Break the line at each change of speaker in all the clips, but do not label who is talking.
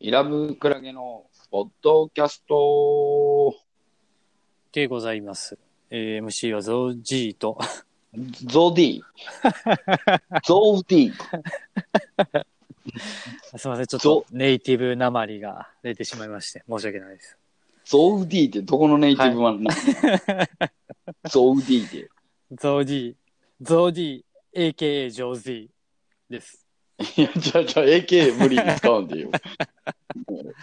イラブクラゲのポッドキャスト
でございます。えー MC はゾージーと、
ゾディゾディ
すいません、ちょっ
ゾ
とネイティブなまりが出てしまいまして、申し訳ないです。
ゾディってどこのネイティブ版なの、ゾディって
ゾージー、ゾージー、AKA ジョージーです。
いやじゃあじゃあ AK 無理に使うんで よもう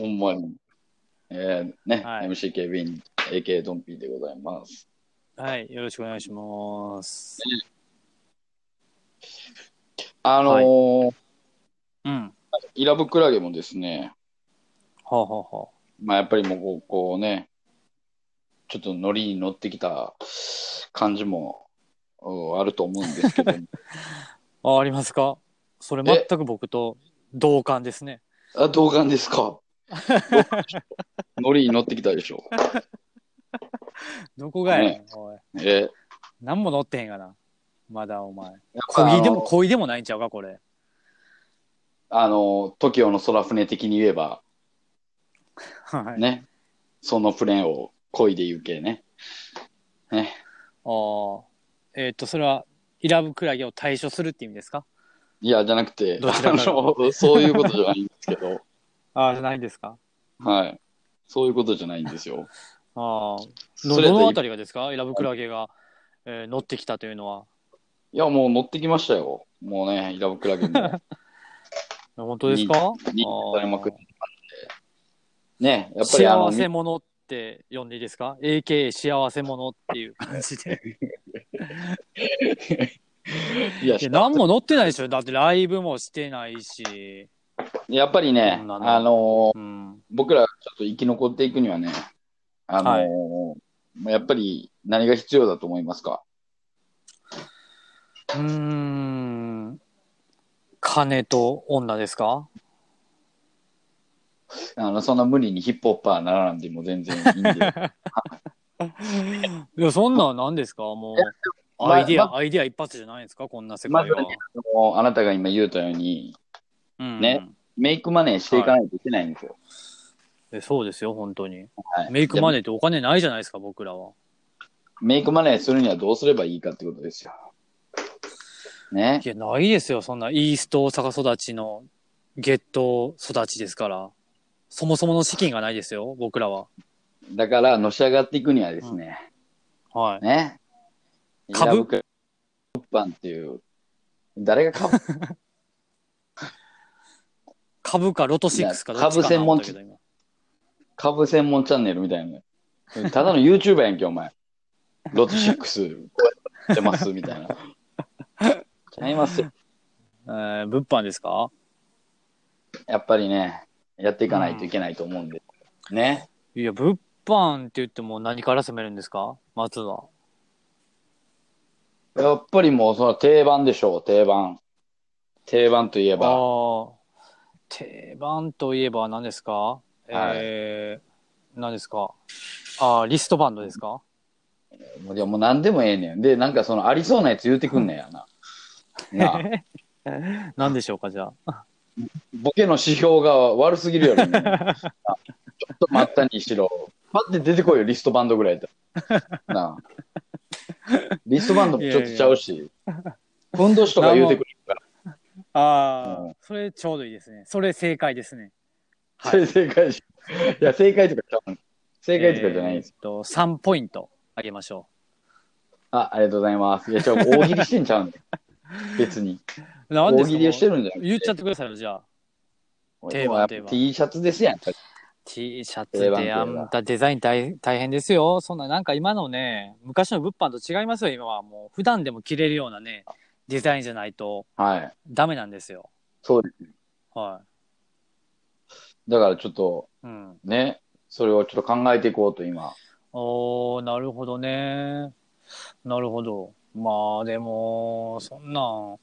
ほんまにえー、ね、
はい
MCKB に AK ドンピーでございます
はい、よろしくお願いします。
あのー
うん。
イラブクラゲもですね
ほうほうほ
まあやっぱりもうこうこうね、ちょっとノリに乗ってきた感じもうんあると思うんですけど、
う。あ、ありますかそれ全く僕と同感ですね。
あ、同感ですか。ノリに乗ってきたでしょ。
どこがやねん、
ね
おい。
え、
何も乗ってへんがな。まだお前。
やっぱ
恋でも、
あの
恋でもないんちゃうか、これ。
あの、TOKIO の空船的に言えば、
はい。
ね、そのプレーンを恋で言うけね。
おえーっと、それは、イラブクラゲを対処するって意味ですか
いや、じゃなくて、
どち
あ
らか
のそういうことじゃないんですけど、
ああ、じゃないんですか
はい。そういうことじゃないんですよ。
ああ。ど
それ
どのあ
で、
たりがですかイラブクラゲが、えー乗ってきたというのは。
いや、もう乗ってきましたよ。もうね、イラブクラゲも。
本当ですか
にされまくってたんで。ね、やっぱりあの、
幸せ者って呼んでいいですか ?AKA 幸せ者っ ていう感じで。
いや
いや、何も乗ってないでしょだってライブもしてないし。
やっぱりね
そ、んなの
あのー
うん。
僕らちょっと生き残っていくにはね、あのーやっぱり何が必要だと思いますか
うーん。金と女ですか
あの、そんな無理にヒップホッパーならなんでも全然いいん で。
いや、そんなん何ですかもう。
ま
アイディア、
ま
アイディア一発じゃないですかこんな世
ま
界
ず
は
ね。、あのあなたが今言うたように、
うん
ねメイクマネーしていかないといけないんですよ。
えそうですよ、本当に。
はい
メイクマ
ネー
ネーってお金ないじゃないですか、僕らは。
メイクマネーするにはどうすればいいかってことですよ。ね
い。や、ないですよ、そんなイースト大阪育ちのゲット育ちですから。そもそもの資金がないですよ、僕らは。
だから、のし上がっていくにはですね、
はい。
ね。
株
イラブク物販っていう、誰が株
株かロト
い
6かど
や
っちかな
株専門
思ったけど今
株専門チャンネルみたいな。ただの YouTuber やんけ、お前。ロト6、こうやってます、みたいな。ちゃいますよ。
えー、物販ですか
やっぱりね、やっていかないといけないと思うんで。ね。
いや、物販って言っても何から攻めるんですかまずは。
やっぱりもう、その定番でしょう、定番。定番といえ
ああ
ば、
ー、定番といえば何ですか、えー、何ですかあーリストバンドですか
いやもう何でもええねん。で、なんかその、ありそうなやつ言うてくんねんやな。なあ
何でしょうか、じゃあ。
ボケの指標が悪すぎるよね。あちょっと待ったにしろ。パッて出てこいよ、リストバンドぐらいだったなあリストバンドもちょっとちゃうし。ふんどしとか言うてくるから。
ああ、
う
それちょうどいいですね。それ正解ですね。
それ正解し。いや、正解とかちゃうの正解とかじゃないんです。
えーっと、3ポイントあげましょ
あ、ありがとうございます。いや、ちょ、大喜利してんちゃうの別に。
う。なんで
大
すか
喜利をしてるんじゃな
言っ
い
ちゃってくださいよ、じゃあ。定番定番
T シャツですやん。
T シャツ
定番
であ
定番
んたデザイン大大変ですよ。そんな、なんか今のね、昔の物販と違いますよ、今は。もう、普段でも着れるようなね、デザインじゃないと
はい。
ダメなんですよ。
そうです。
は
だからちょっと、
い。うん。
ね、それをちょっと考えていこうと今。
おー、なるほどね。なるほど。まあ、でも、そんなん、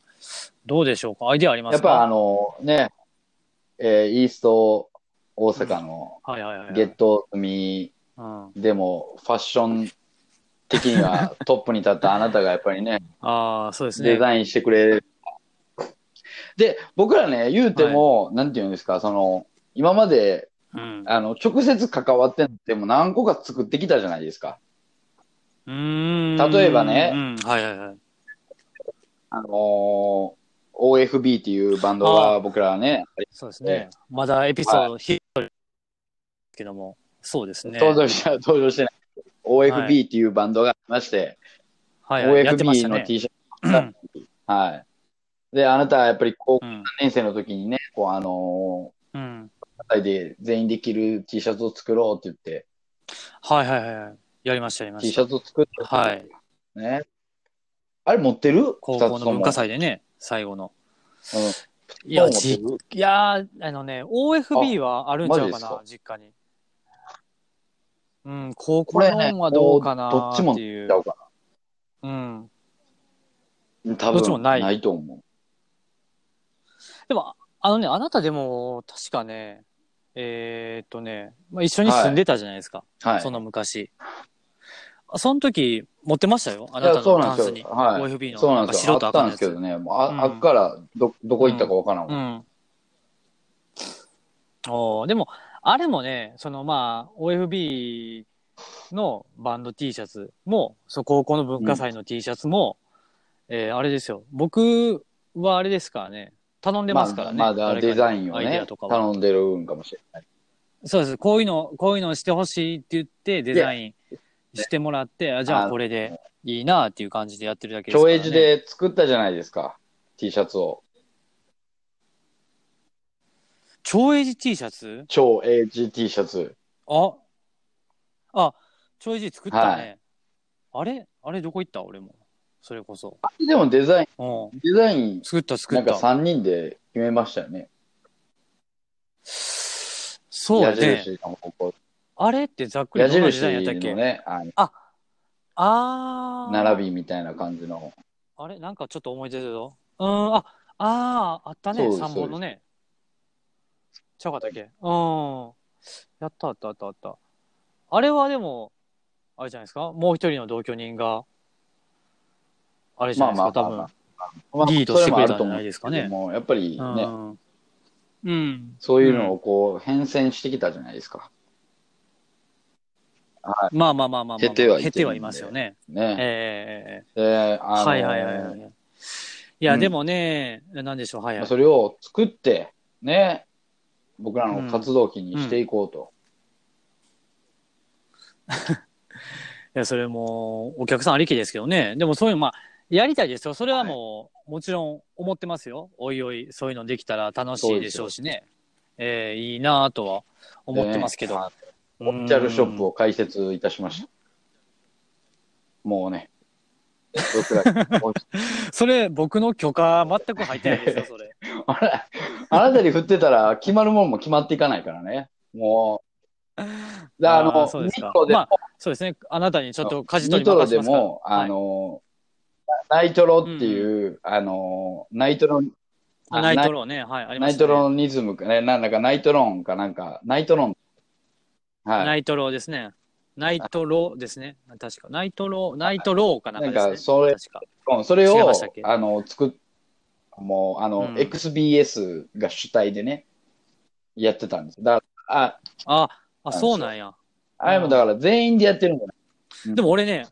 どうでしょうか。アイディアありま
やっ
すか
ぱあのね、えーイースト大阪の
はいはいはい。
ゲット組
うん、
でもファッション的に はトップに立ったあなたがやっぱりね、
ああ、そうですね。
デザインしてくれる。で、僕らね、言うても、なんていうんですか、その、今まで、
うん。
あの、直接関わってんでも何個か作ってきたじゃないですか。
うーん
例えばね
うん。はいはいはい。
あのー OFB っていうバンド
あ
が僕らはね、
そうですね。まだエピソード、ひっそりけども、そうですね。
登場し登場してない。
はい
OFB っていうバンドがありまして、
はいはい。やってまし
OFB
た
の
ね。
T シャツ、
うん
はい。で、あなたはやっぱり高校
うん。
3年生の時にね、こうあの
うん。
ー、二人で全員で着る T シャツを作ろうって言って、
はいはいはい。やりましたやりま
T
し
シ
た。
ャツを作って、
はい。
ね。あれ持ってる二
高校
つ
の
と
文
も
化祭でね、最後の。
うん
いや、
持って
じ
る
いやーあのね、OFB はあるんちゃうかな
マ、
実家に。うん、高校のはどうかな
これねもうどっちも
っていう
ちゃ。うか
うん。
な多
どっちも
分
ない
ないと思う。
でも、あのね、あなたでも、確かね、えーっとね、まあ、一緒に住んでたじゃないですか、
はい。
その昔。あその時、持ってましたよ、あ
い
な
や
た
そう
の
なん
タン
で
ス
す
に。
よ。はい。
OFB の
そうな
なんん
で
か
すよ。あ
白
っ
と
た
赤
んで
のや
すけ
つ
ど。ね、もうあ,、
うん
あっからどどこ行ったかわからん
う
わ、
ん。おーでも、あれもね、そのまあ、OFB のバンド T シャツも、そう高校の文化祭の T シャツも、えーあれですよ。僕はあれですからね、頼んでますからね。
まあ、まあ
誰かに
デザインを
アイデ
ね
アとかは
頼んでるんかもしれない。
そうです。こういうの、こういうのしてほしいって言って、デザインしてもらって、あじゃあ
あ
これでいいなっていう感じでやってるだけですか
競
ら、ね。
泳寺で作ったじゃないですか。T シャツを。
超エジ T シャツ
超 AGT シャツ。
あ、あ、ちょいじ作った
は
ね。あれあれどこ行った俺も。それこそ。
あでもデザイ
う
ン、デザイン
ん。、作った作
な
っ
んか
た。
3人で決めましたよね。
そうや
矢
ね。
印の方向。
あれってざっくり
矢
どんな
印
時代やったっけ、
のね、あの
あ、あー。
並びみたいな感じの。
あれなんかちょっと思い出てるぞ。うーん、あ、あー、あった
そう
ね。
です
三本のね。ちゃうかったっけうん。やったあったあったあった。あれはでも、あれじゃないですかもう一人の同居人が、あれじゃないですか、
まあまあ
多分。
まあ
リードしてくれたん
そ
じ
も
ゃ
あ
ない
る
です
と思う
かね
けどもやっぱりね、
うん。うん。
そういうのをこう変遷してきたじゃないですか。
まあまあまあまあまあ。
減ってはいてるんで
減ってはいますよね。
ね。
ええ
で、あの
はいはいはいはい。いや、
うん
でもね、なんでしょう、はい
ま
は
あ
い。
それを作って、ね、僕らの活動期にしていこうと。
いや、それも、お客さんありきですけどね。でもそういうの、まあ、やりたいですよ。それはもう、もちろん思ってますよ。おいおい、そういうのできたら楽しいでしょうしね。ええいいなぁとは思ってますけど。
ね
オ
オフィシャルショップを開設いたしました。もう ね、僕ら
それ、僕の許可全く入ってないですよ、それ。
あれあなたに振ってたら決まるもんも決まっていかないからね。もう、 であの、
あーそうですか
ニトロでも、
まそうですね。あなたにちょっと舵取
ニ
り
トロ
任せ
で
ますから。
も、
はい
あの、ナイトロっていう、あの、ナイトロ、
あナイトロね、はい、ありま
ナ
し
イ
た、
ト
ね。
ロニズムかね、なんだかナイトロンかなんか、ナイトロン。は
ナ
い。
イトロですね。ナイトロですね。確か。ナイトロ、ナイトローかなんかですね。
なんかそれ
確か。
うんそれ
違い
を
ましたっけ、
あの、作っ、もう、あの、
うん
XBS が主体でね、やってたんです。だから、あ、
あ、あ、そうなんや。
あれもだから全員でやってるんじゃない
でも俺ね、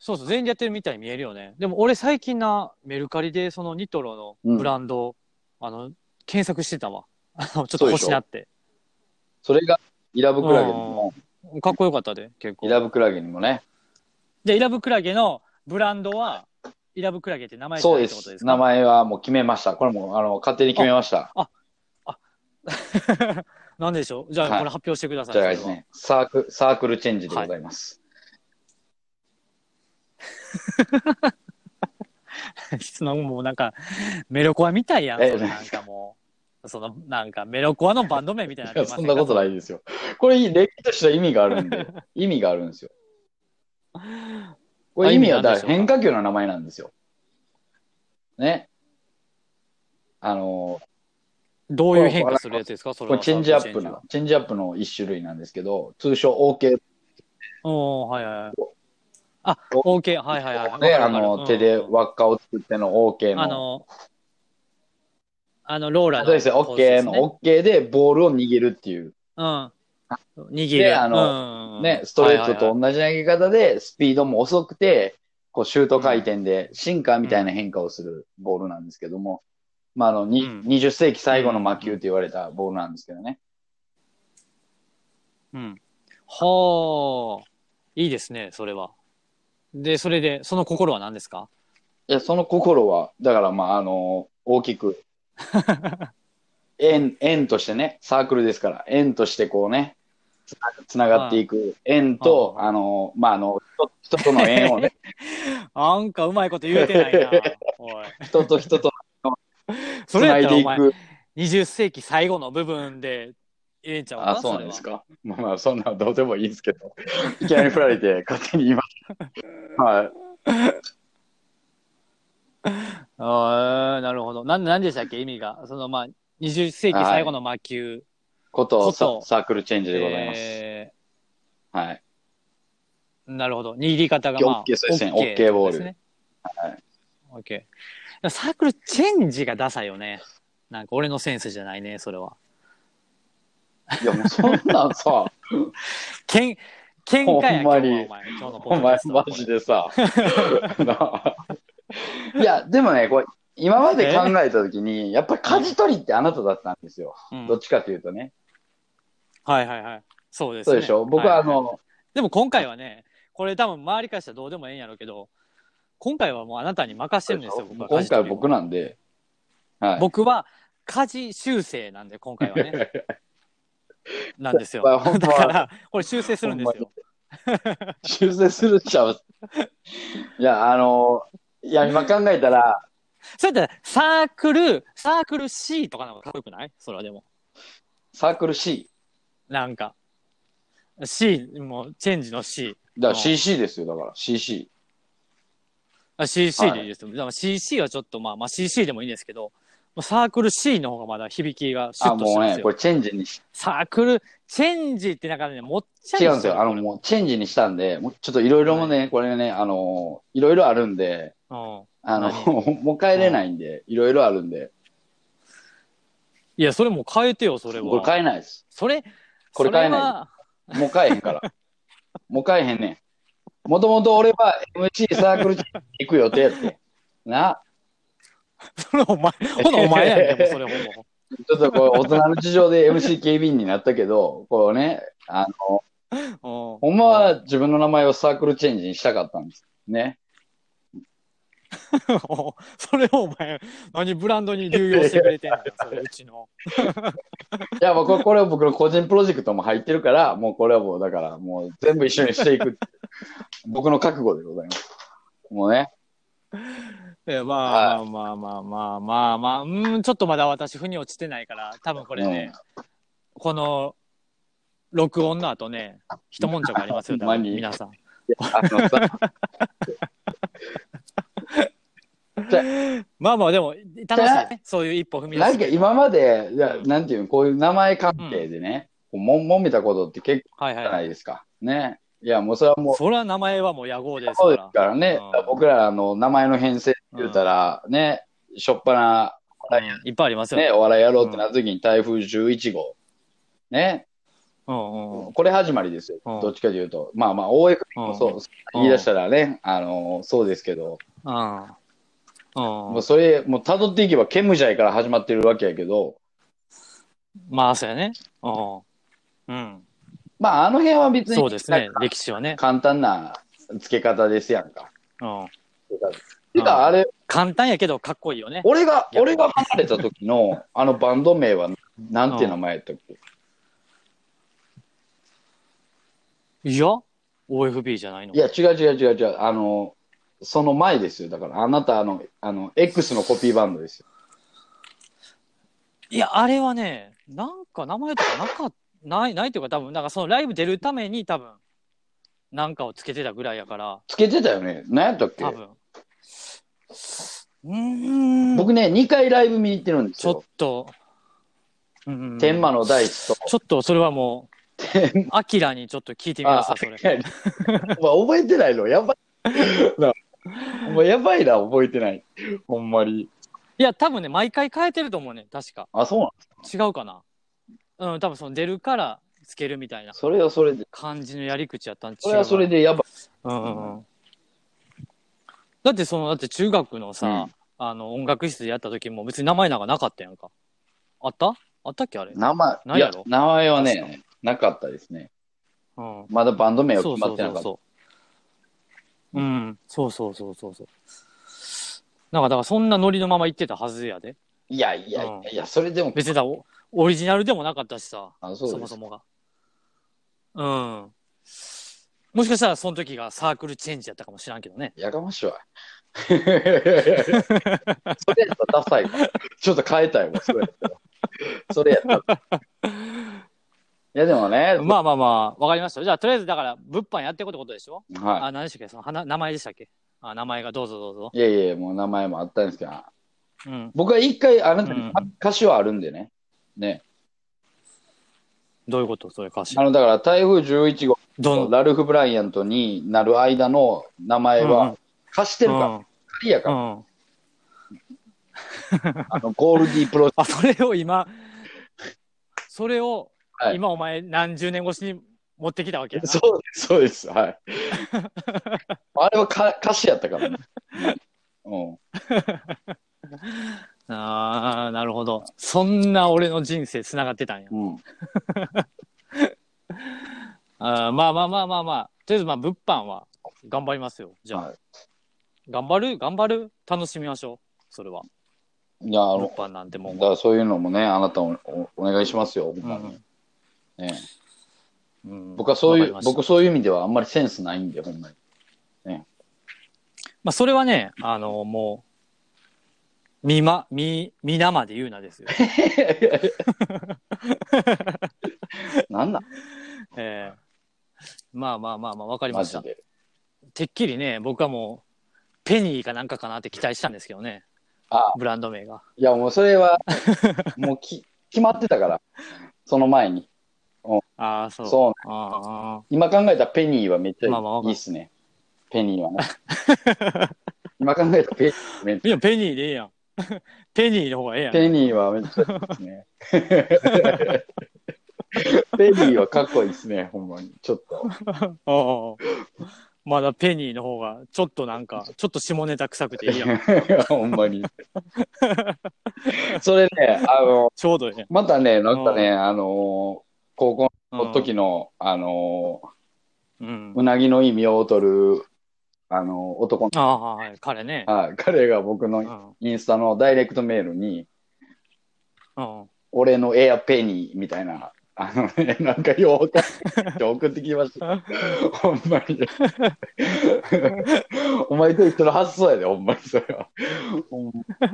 そうそう、全員でやってるみたいに見えるよね。でも俺最近な、メルカリでそのニトロのブランド、あの、検索してたわ。 あの、ちょっと欲しなって。
それが、イラブクラゲにも、
かっこよかったで、結構。
イラブクラゲにもね、
で、イラブクラゲのブランドは、イラブクラゲって名前じゃ
そう
ない
で。
ってことですす
名
か
前はもう決めました。これも、あの、勝手に決めました。
なんでしょうじゃ
はい
あこれ発表してくださ
じ
い。
ゃあで
そ
す
れは
ね、サーク、サークルチェンジでございます。
質問もなんか、メロコアみたいやん。そ
え
れなんかもう、その、なんかメロコアのバンド名みたいに
い
な
や、
ってま
そ
す。
んなことないいですよ。これ、歴史としては意味があるん で、意味があるんですよ。こ
あ
れ、
意
意
味
味は、だ
な
か
んで
ら
しょうか
変化球の名前なんですよ。ね。あの
どういう変化するやつですかそ
ー、
れ
こ
は
れ、チェンジアップ
チェ
な
は、
チェンジアップの一種類なんですけど、通称 OK
おー、はいはいはい。あ、OK、はいはいはい。
で、
わかる
あ
わかる
の、手で輪っかを作っての OK
あ
の、
の、あの、ローラー
そうですよ、オッケーの、オッケーでボールを握るっていう。
うん。握
で
る。
あ
の
ね、ストレートと同じ投げ方で、スピードも遅くて、こう、シュート回転で、シンカーみたいな変化をするボールなんですけども、まあ、あの、に
うん
20世紀最後の魔球って言われたボールなんですけどね。
うん。はあ。いいですね、それは。で、それで、その心は何ですか
いや、その心は、だから、まあ、あの、大きく、円、円としてね、サークルですから、円としてこうね、つなつながっていく、円と、
はい
あの、まあ、あの、人人との円をね、
なんかうまいこと言うてないな。 おい。
人と人と
そ
つ
れや
な
っ
い
た
で
らお
い
前、
く。
20世紀最後の部分で、ええんちゃうか
あ、そうなんです
か。
か。まあまあ、そんなのどうでもいいんですけど、いきなり振られ て、勝手に言いました。はい。
ああ、なるほど。なん、なんでしたっけ、意味が。その、まあ、20世紀最後の魔球。
ことサ
こと
サークルチェンジでございます。
え
はい。
ーなるほど。握り方が、まあ、
オッケーそうですね
オッケ
オッケーボール
ですねオッケー。サークルチェンジがダサいよね。なんか俺のセンスじゃないね、それは。
いや、もうそん なんさ、
けん、喧嘩
ほ
や
んまに
今日はお前今日のポ
お
ッドキ
前
ャスト
マ
は
ジで さ。なあいや、でもね、これ、今まで考えたときに、やっぱり舵取りってあなただったんですよ。
これうん
どっちかというとね。
はいはいはい。そうです、ね。
そうでしょ僕はあ
いい
の、
でも今回はね、これ多分周りからしたらどうでもええんやろうけど、今回はもうあなたに任せてるんですよ、僕は。
今回は
舵取りを
僕なんで、 はい。
僕は家事修正なんで、今回 はね。なんですよ。
まあほん
だ
ま
から、これ修正するんですよ。
修正するっちゃう。いや、あの、いや、今考えたら、
それだってサークル、サークル C とかの方がかっこよくないそれはでも。
サークル C。
なんか。C、もうチェンジの C。
だから
うん
CC ですよ、だから CC。
あ CC でいいですよ。だから CC はちょっとまあ、まあ CC でもいいんですけど、まあサークル C の方がまだ響きがシュ
あ、
ッとし
もう
てます
ね、
よ。
これチェンジにし、
サークル、チェンジってなんかね、もっちゃり
違うんです
してる
よ。あの、もうチェンジにしたんで、もうちょっといろいろもね、これね、あの、いろいろあるんで、
うん。
あの、
何
もう帰れないんで、いろいろあるんで、
いや、それもう変えてよ、それは。
これ買えないです。
それ、
これ変えない
そは
もう買えへんから。 もう買えへんねん。もともと俺は MC サークルチェンジ行く予定やって。な、
それお前、ほなお前やねんけど、それほぼ。
ちょっとこう、大人の事情で MC 警備員になったけど、こうね、あの、ほ
ほ
んまは自分の名前をサークルチェンジにしたかったんです。ね。
それをお前、何ブランドに流用してくれてんのよ、それうち の。
いや、もうこれこれは僕の個人プロジェクトも入ってるから、もうこれはもうだから、もう全部一緒にしていく。 僕の覚悟でございます。もうね。
いやまあまあまあまあまあまあ、うん、ちょっとまだ私、腑に落ちてないから、多分こ
こ
れね、この、録音の後ね、一悶着ありますよ、多
ほん
分
まに
皆さん。
あの さ、
まあまあ、でも、楽しいね。そういう一歩踏み出
なん
す
か。今まで、いやなんていうの、こういう名前鑑定でね、こうも、もめたことって結構
はい
じゃな
はい。
いですか。ね。いや、もうそれはもう、
それは名前はもう野号です
そう
か
です
ら。
からね。
うん
僕ら、あの、名前の編成って言うたら、ね、しょっぱな、
うんいっぱいありますよ
ね、
ね。
お笑いやろうってなった時に台風11号。ね。
うんうんうん
これ始まりですよ。
うん
どっちかというと。まあまあ、大江君もそう、言い出したらね、あの、そうですけど、
うん。うん
もうそれ、もう辿っていけば、ケムジャイから始まってるわけやけど、
まあ、そうやね。うん。うん。
まあ、あの辺は別に、
そうですね
なん。か
歴史はね。
簡単な付け方ですやんか。
うん。
てか、あれ、
簡単やけど、かっこいいよね。
俺が、
いや
俺が離れた時の、あのバンド名は、なんて名前やったっけ
いや ?OFB じゃないの
いや、違う違う違う違う。あの、その前ですよ。だから、あなた、あの、あの、X のコピーバンドですよ。
いや、あれはね、なんか名前とかなかっない、ないというか、多分、なんかそのライブ出るために、多分、なんかをつけてたぐらいやから、
つけてたよね。何やったっけ
多分。うーん。
僕ね、2回ライブ見に行ってるんです
ちょっ
よ。
と、うん
天満の大地と。
ちょっとそれはもう、アキラにちょっと聞いてみます
あ
それ。
お前覚えてないのやばい。なお前やばいな、覚えてない。ほんまに。
いや、多分ね、毎回変えてると思うね、確か。
あ、そうなん
違うかな。うん、多分その出るからつけるみたいな
それはそれで。
感じのやり口やったん違うか
そ
な
れはそれでやば
うんうんうん。だってその、だって中学のさ、
うん
あの、音楽室でやった時も別に名前なんかなかったやんか。あったあったっけあれ
い。。名前、
ないやろ
い名前は
確
ね、なかったですね。
うん。
まだバンド名は
そ
決ま
うそ
っ
う
てな
そ
かった。
うそう。うん、そうそうそうそうそう。なんか、だからそんなノリのまま言ってたはずやで。
いやいやいやいや、それでも、
別にだおオリジナルでもなかったしさ、
あ
そ
そうで
も
す
そ。もが。うん。もしかしたらその時がサークルチェンジやったかもしらんけどね。
やかましいわ。それやったらダサいわ。ちょっと変えたいわ、それやったら。それやったら。いや、でもね、
まあまあまあ、わかりました。じゃあ、とりあえずだから、物販やっていこうってことでしょ
は
あ、何でしたっけその花名前でしたっけあ、名前がどうぞどうぞ。
い。いやいや、もう名前もあったんですけど、
うん。
僕は一回、あなたに
うん
歌詞はあるんでね。ね。
どういうことそれ歌詞
あ。の、だから台風11号
ど
ラルフ・ブライアントになる間の名前
うんう
は
ん
貸してるから、借りや
う
から、
ん。うん。
あの、ゴールディープロジェク
あ、それを今、それを
は、い
今お前何十年越しに持ってきたわけや
ト。
な。
そうです、そうです。 はい。あれはか歌詞やったからね。うん。
ああ、なるほど。そんな俺の人生つながってたんや。
うん。
あーまあまあまあまあまあ。とりあえずまあ物販は頑張りますよ。じゃあ、
は
頑張る頑張る楽しみましょう。それは。
いや、あ
物
の、
販なんても
だ
ん
からそういうのもね、あなたおおお願いしますよ、ほんまにね、
うん
僕はそうい
わかり
う
ま、した
僕そういう意味ではあんまりセンスないんで、ほ んまに。
まあ、それはね、あの、もう、みま、み、みなまで言う なですよ。
なんだ
ええまあまあまあまあ、わかり
マ
まし
ジ
た。
で。
てっきりね、僕はもう、ペニーかなんかかなって期待したんですけどね、
あ
ブランド名が。
いや、もうそれ は、もうき決まってたから、その前に。
ああ、そう。
そうね
あ
今考えたらペニーはめっちゃ
まあまあわ
い
か
い
る
っすね。ペニー はね。今考えたらペめっ
あ。いや、ペニーでええやん。 ペニーの方がええやん。
ペニーはめっちゃいいっす ね。ペニーはかっこいいっすね、ほんまに。ちょっと。
ああまだペニーの方が、ちょっとなんか、ちょっと下ネタ臭くていいや ん。
ほんまに。それね、あの、
ちょうどええ
またね、なんかね、あの、高校
やん。
の時の、あの、
うん。う、
うんなぎの意味を取る、あの、男の、
ああ、はい、彼ね。
あ彼が僕
う
の
ん。うん。
インスタのダイレクトメールに、
あ
俺のエアペニーみたいな、あのね、なんかよ うわかんないって送ってきました。ほんまに。お前と一緒の発想やで、ほんまにそれは。ほんま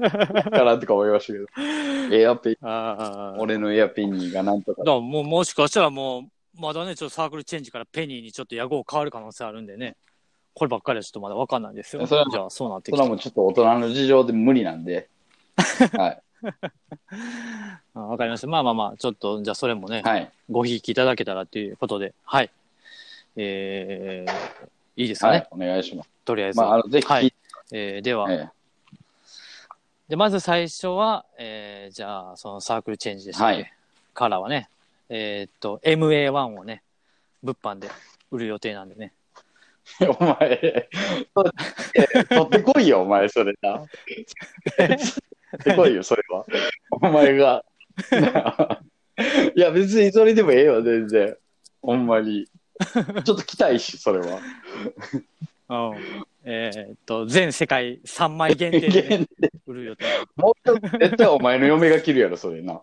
かなとか思いましたけど。エアペニー、
あ。
俺のエアペニーがなんとか
だ。からもうもしかしたらもう、まだね、ちょっとサークルチェンジからペニーにちょっと野号変わる可能性あるんでね、こればっかりはちょっとまだわかんないですよ。
それは
じゃあ、そうなって
そ
き
れ
た
はもうちょっと大人の事情で無理なんで。は
あわかりました。まあまあまあ、ちょっと、じゃあそれもね、
い。はい。
ごひいきいただけたらということで、はい。えー、いいですか
は
ね、
い。お願いします。
とりあえず
ま
は。
あ、あの、ぜひ聞
はいい
て、。
えーでは、
ええ
で、まず最初は、えーじゃあ、そのサークルチェンジでしたっけ、
はい
からはね、えーっと、MA1 をね、物販で売る予定なんでね。
お前、取ってこいよ、お前、それな。取ってこいよ、それは。お前が。 いや、別にそれでもええわ、全然。ほんまに。ちょっと来たいし、それ は。
うんえーっと、全世界3枚限定でね
限定
売る予定。
もうちょっと絶対お前の嫁が着るやろ、それな。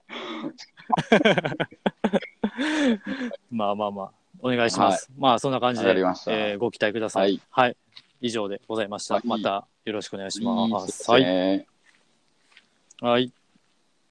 まあまあまあ、お願いします。まあそんな感じ
わ
で
かりました
えーご期待ください,、
はい
以上でございました。
はい
またよろしくお願いし
いい
ま。
ですすね
はい。はい